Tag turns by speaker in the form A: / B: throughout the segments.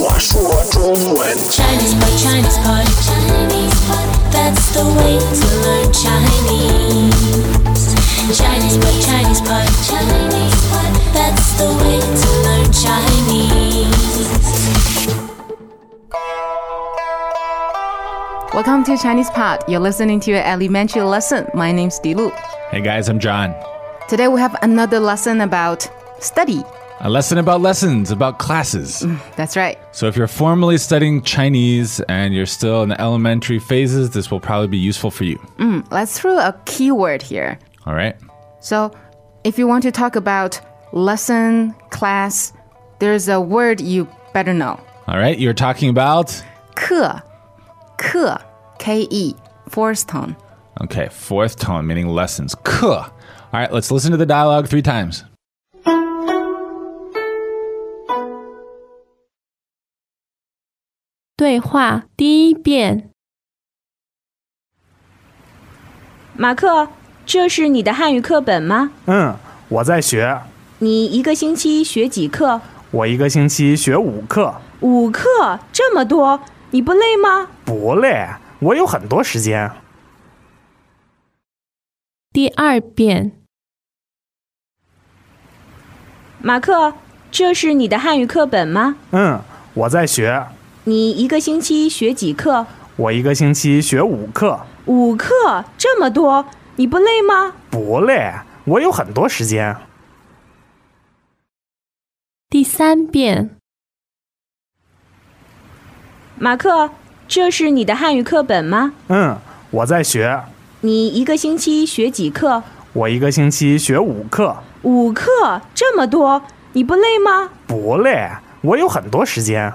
A: 我说中文，
B: Chinese pot, Chinese pot, Chinese pot. That's the way to learn Chinese. Chinese pot, Chinese pot, Chinese pot. That's the way to learn Chinese.
C: Welcome to Chinese Pod. You're listening to your elementary lesson. My name's Dilu.
D: Hey guys, I'm John.
C: Today we have another lesson about study.
D: A lesson about lessons, about classes.
C: That's right.
D: So, if you're formally studying Chinese and you're still in the elementary phases, this will probably be useful for you.
C: Let's throw a keyword here.
D: All right?
C: So, if you want to talk about lesson, class, there's a word you better know.
D: All right, you're talking about,
C: 课,课, K-E, E. fourth tone.
D: okay, fourth tone, meaning lessons. Ke. All right, let's listen to the dialogue three times.
E: 对话第一遍，
F: 马克，这是你的汉语课本吗？
G: 嗯，我在学，
F: 你一个星期学几课？
G: 我一个星期学五课，
F: 五课，这么多，你不累吗？
G: 不累，我有很多时间。
E: 第二遍，
F: 马克，这是你的汉语课本吗？
G: 嗯，我在学，
F: 你一个星期学几课？
G: 我一个星期学五课，
F: 五课，这么多，你不累吗？
G: 不累，我有很多时间。
E: 第三遍，
F: 马克，这是你的汉语课本吗？
G: 嗯，我在学，
F: 你一个星期学几课？
G: 我一个星期学五课，
F: 五课，这么多，你不累吗？
G: 不累，我有很多时间。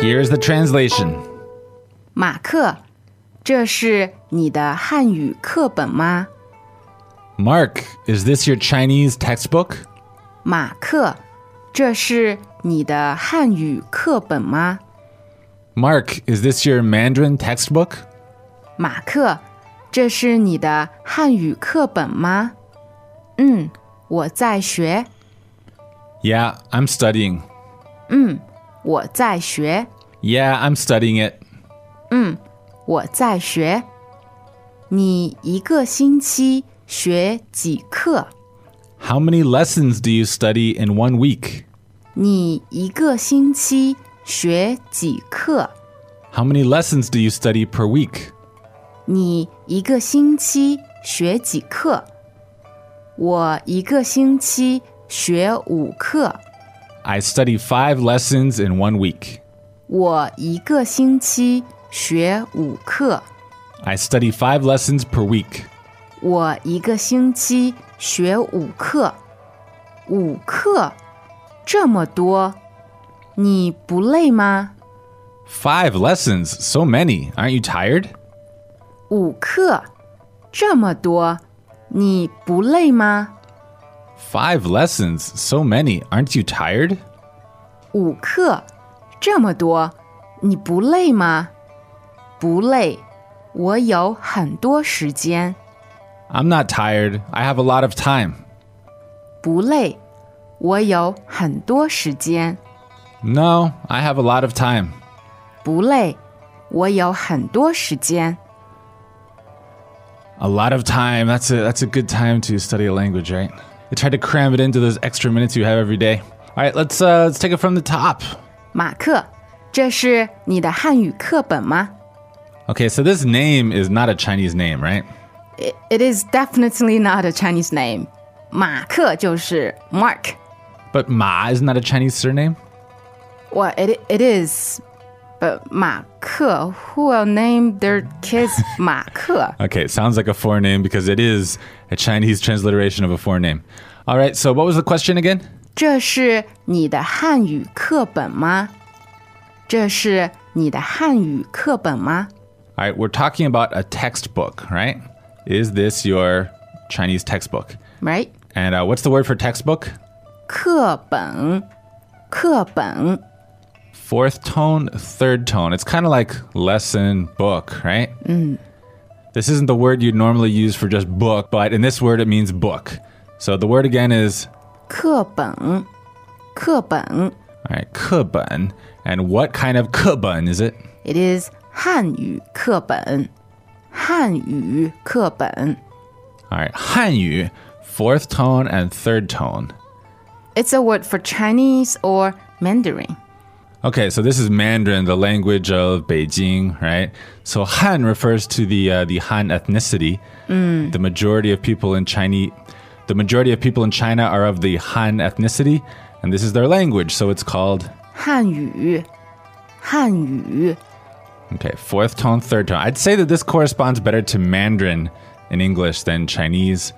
D: Here's the translation
C: 马克，这是你的汉语课本吗？
D: Mark, is this your Chinese textbook?
C: 马克，这是你的汉语课本吗？
D: Mark, is this your Mandarin textbook?
C: 马克，这是你的汉语课本吗？嗯，我在学，
D: Yeah, I'm studying.
C: 我在学，
D: Yeah, I'm studying it.
C: 我在学。你一个星期学几课？
D: How many lessons do you study in one week?
C: 你一个星期学几课？
D: How many lessons do you study per week?
C: 你一个星期学几课？我一个星期学五课。
D: I study five lessons in one week.
C: 我一个星期学五课。
D: I study five lessons per week.
C: 我一个星期学五课，五课这么多，你不累吗？
D: Five lessons? So many. Aren't you tired?
C: 五课这么多，你不累吗？
D: Five lessons? So many. Aren't you tired?
C: 五课这么多，你不累吗？不累，我有很多时间。
D: I'm not tired. I have a lot of time.
C: 不累，我有很多时间。
D: No, I have a lot of time.
C: 不累，我有很多时间。
D: A lot of time. That's a that's a good time to study a language, right? You try to cram it into those extra minutes you have every day. All right, let's uh, let's take it from the top.
C: 马克，这是你的汉语课本吗
D: Okay, so this name is not a Chinese name, right?
C: ？It it is definitely not a Chinese name。马克就是 Mark。
D: But Ma is not a Chinese surname.
C: Well, it it is. But 马克 who will name their kids 马克？
D: Okay, it sounds like a foreign name because it is a Chinese transliteration of a foreign name. All right, so what was the question again?
C: 这是你的汉语课本吗？这是你的汉语课本吗？
D: All right, we're talking about a textbook, right? Is this your Chinese textbook?
C: Right？
D: And uh, what's the word for textbook?
C: 课本，课本，
D: Fourth tone, third tone. It's kind of like lesson book, right? This isn't the word you'd normally use for just book, but in this word it means book. So the word again is
C: 课本，课本
D: all right, 课本. And what kind of 课本 is it?
C: ，it is 汉语课本，汉语课本。
D: All right, 汉语, fourth tone and third tone.
C: It's a word for Chinese or Mandarin.
D: Okay, so this is Mandarin, the language of Beijing, right? So Han refers to the uh, the Han ethnicity. The majority of people in Chinese, the majority of people in China are of the Han ethnicity, and this is their language. So it's called
C: 汉语，汉语
D: okay fourth tone, third tone. I'd say that this corresponds better to Mandarin in English than Chinese,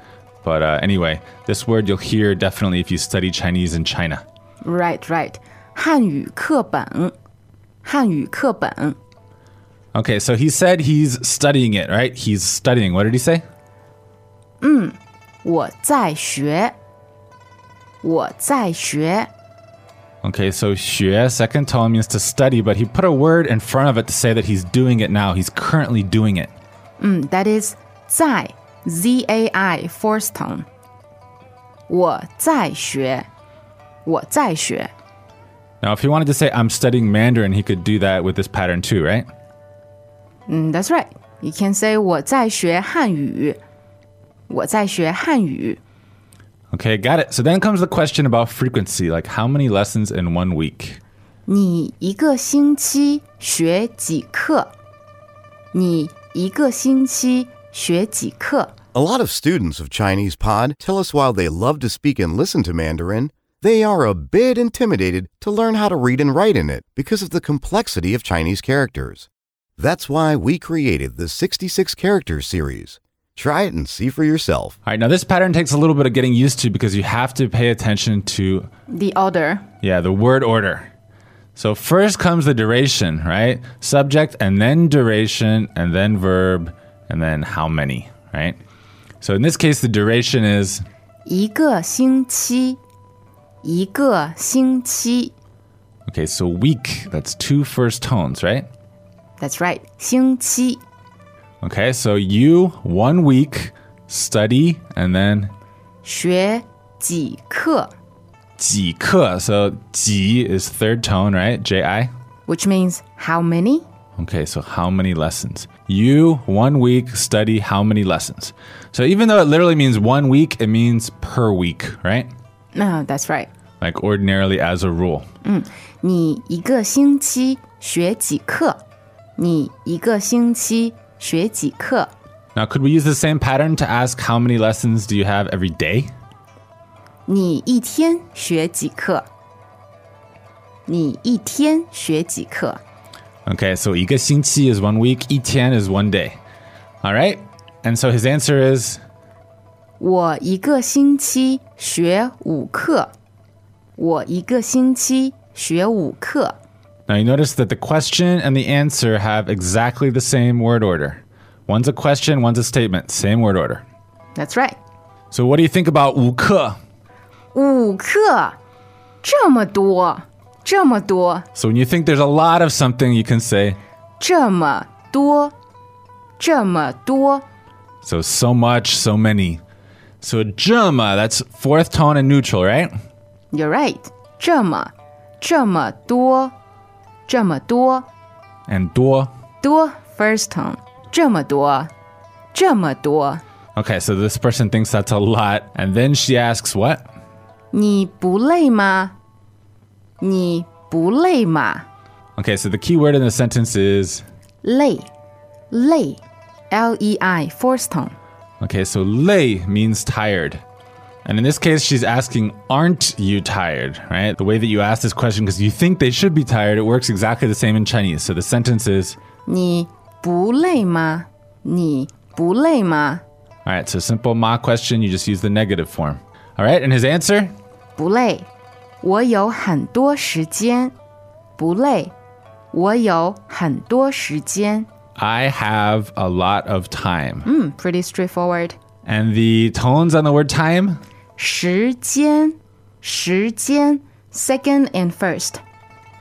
D: but uh, anyway, this word you'll hear definitely if you study Chinese in China.
C: ，right right，汉语课本，汉语课本，
D: Okay, so he said he's studying it, right? He's studying. What did he say?
C: 我在学，我在学，
D: Okay, so 学, second tone means to study, but he put a word in front of it to say that he's doing it now. He's currently doing it.
C: 嗯，that is 在 z a i fourth tone，我在学，我在学，
D: Now, if he wanted to say, I'm studying Mandarin, he could do that with this pattern too, right?
C: 嗯，that's right。You can say 我在学汉语，我在学汉语。
D: Okay, got it. So then comes the question about frequency like, how many lessons in one week?
C: 你一个星期学几课？你一个星期学几课
H: A lot of students of Chinese Pod tell us while they love to speak and listen to Mandarin, they are a bit intimidated to learn how to read and write in it because of the complexity of Chinese characters. That's why we created the 66 characters series. Try it and see for yourself.
D: All right, now this pattern takes a little bit of getting used to because you have to pay attention to
C: ？The order
D: Yeah, the word order. So first comes the duration, right? Subject and then duration and then verb and then how many, right? So in this case, the duration is
C: 一个星期，一个星期。
D: okay, so week, that's two first tones, right?
C: That's right，星期。
D: Okay, so you one week study and then
C: 学几课
D: jika. So ji is third tone, right? J I.
C: ，which means how many？
D: Okay, so how many lessons? You, one week, study how many lessons? So even though it literally means one week, it means per week, right?
C: 那、That's right，
D: Like ordinarily as a rule.
C: 你一个星期学几课？你一个星期学几课？
D: Now, could we use the same pattern to ask how many lessons do you have every day?
C: 你一天学几课？你一天学几课？
D: Okay, so 一个星期 is one week, 一天 is one day. All right? And so his answer is
C: 我一个星期学五课。我一个星期学五课。
D: Now you notice that the question and the answer have exactly the same word order. One's a question, one's a statement, same word order.
C: That's right，
D: So what do you think about 五课?
C: 五课，这么多，这么多，
D: So when you think there's a lot of something, you can say,
C: 这么多，这么多。
D: so so much, so many. So jama, that's fourth tone and neutral, right?
C: You're right，这么，这么多，这么多。
D: And duo.
C: 多 first tone，这么多，这么多，
D: Okay, so this person thinks that's a lot. And then she asks, what?
C: 你不累吗？你不累吗？
D: Okay, so the key word in the sentence is,
C: 累，累，L E I fourth tone，
D: okay, so lei means tired. And in this case, she's asking, aren't you tired, right? The way that you ask this question, because you think they should be tired, it works exactly the same in Chinese. So the sentence is,
C: 你不累吗？你不累吗？
D: all right, so simple ma question, you just use the negative form. All right, and his answer?
C: 不累，我有很多时间。不累，我有很多时间。
D: I have a lot of time.
C: 嗯，pretty straightforward。
D: And the tones on the word time?
C: 时间，时间，second and first。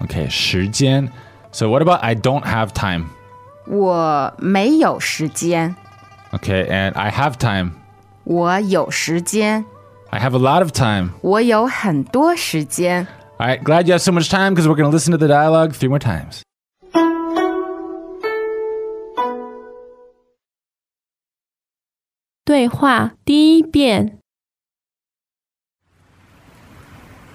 D: Okay, 时间. So what about I don't have time?
C: 我没有时间，
D: Okay, and I have time.
C: 我有时间，
D: I have a lot of time.
C: 我有很多时间。
D: All right, glad you have so much time because we're going to listen to the dialogue three more times.
E: 对话第一遍，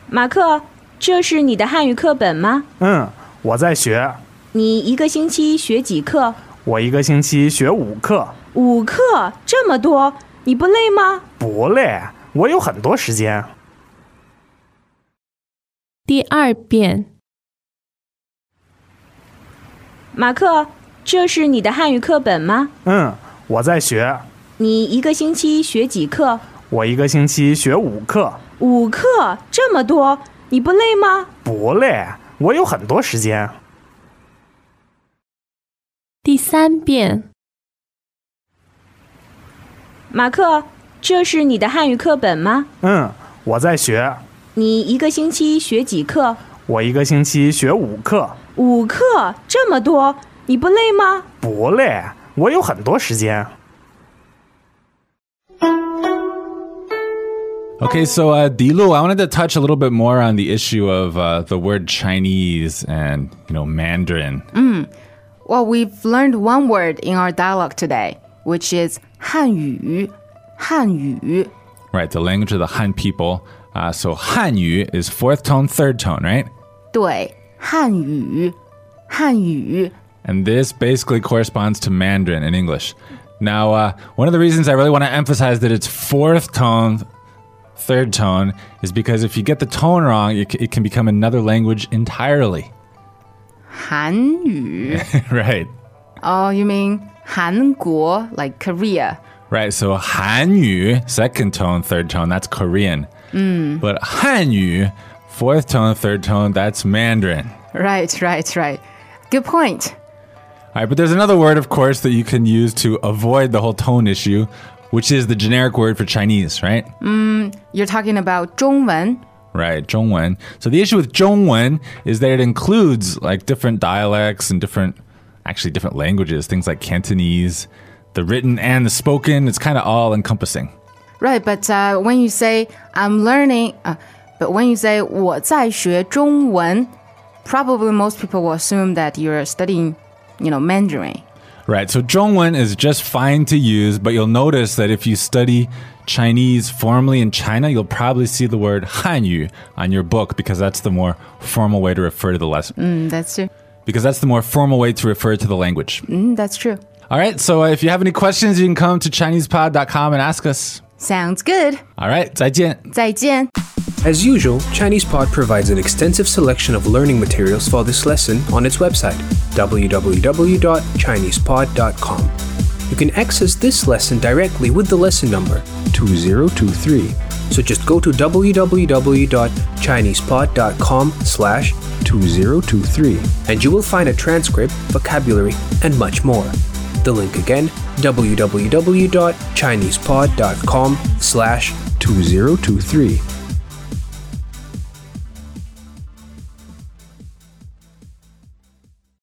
F: 马克，这是你的汉语课本吗？
G: 嗯，我在学，
F: 你一个星期学几课？
G: 我一个星期学五课，
F: 五课，这么多，你不累吗？
G: 不累，我有很多时间。
E: 第二遍，
F: 马克，这是你的汉语课本吗？
G: 嗯，我在学，
F: 你一个星期学几课？
G: 我一个星期学五课，
F: 五课，这么多，你不累吗？
G: 不累，我有很多时间。
E: 第三遍，
F: 马克，这是你的汉语课本吗？
G: 嗯，我在学，
F: 你一个星期学几课？
G: 我一个星期学五课，
F: 五课，这么多，你不累吗？
G: 不累，我有很多时间。
D: Okay, so uh, Dilu, I wanted to touch a little bit more on the issue of uh, the word Chinese and you know Mandarin.
C: Well, we've learned one word in our dialogue today, which is 汉语。汉语
D: Right, the language of the Han people. Uh, so Hanyu is fourth tone, third tone, right?
C: 对，汉语，汉语
D: And this basically corresponds to Mandarin in English. Now, uh, one of the reasons I really want to emphasize that it's fourth tone, third tone, is because if you get the tone wrong, it, c- it can become another language entirely.
C: 韩语。
D: right.
C: Oh, you mean 韩国 like Korea?
D: Right. So Hanyu, second tone, third tone, that's Korean. But Hanyu, fourth tone, third tone, that's Mandarin.
C: Right, right, right. Good point.
D: All right, but there's another word, of course, that you can use to avoid the whole tone issue, which is the generic word for Chinese, right?
C: You're talking about 中文。
D: Right, Zhongwen. So the issue with Zhongwen is that it includes like different dialects and different, actually different languages, things like Cantonese, the written and the spoken. It's kind of all encompassing.
C: Right, but uh, when you say I'm learning, uh, but when you say 我在学中文, probably most people will assume that you're studying, you know, Mandarin.
D: Right, so Zhongwen is just fine to use, but you'll notice that if you study Chinese formally in China, you'll probably see the word Hanyu on your book because that's the more formal way to refer to the lesson.
C: Mm, that's true.
D: Because that's the more formal way to refer to the language.
C: Mm, that's true.
D: All right, so uh, if you have any questions, you can come to ChinesePod.com and ask us.
C: Sounds good.
D: All right, 再见.
C: 再见.
I: As usual, ChinesePod provides an extensive selection of learning materials for this lesson on its website, www.chinesepod.com. You can access this lesson directly with the lesson number 2023. So just go to www.chinesepod.com slash 2023 and you will find a transcript, vocabulary, and much more. The link again, www.chinesepod.com slash 2023.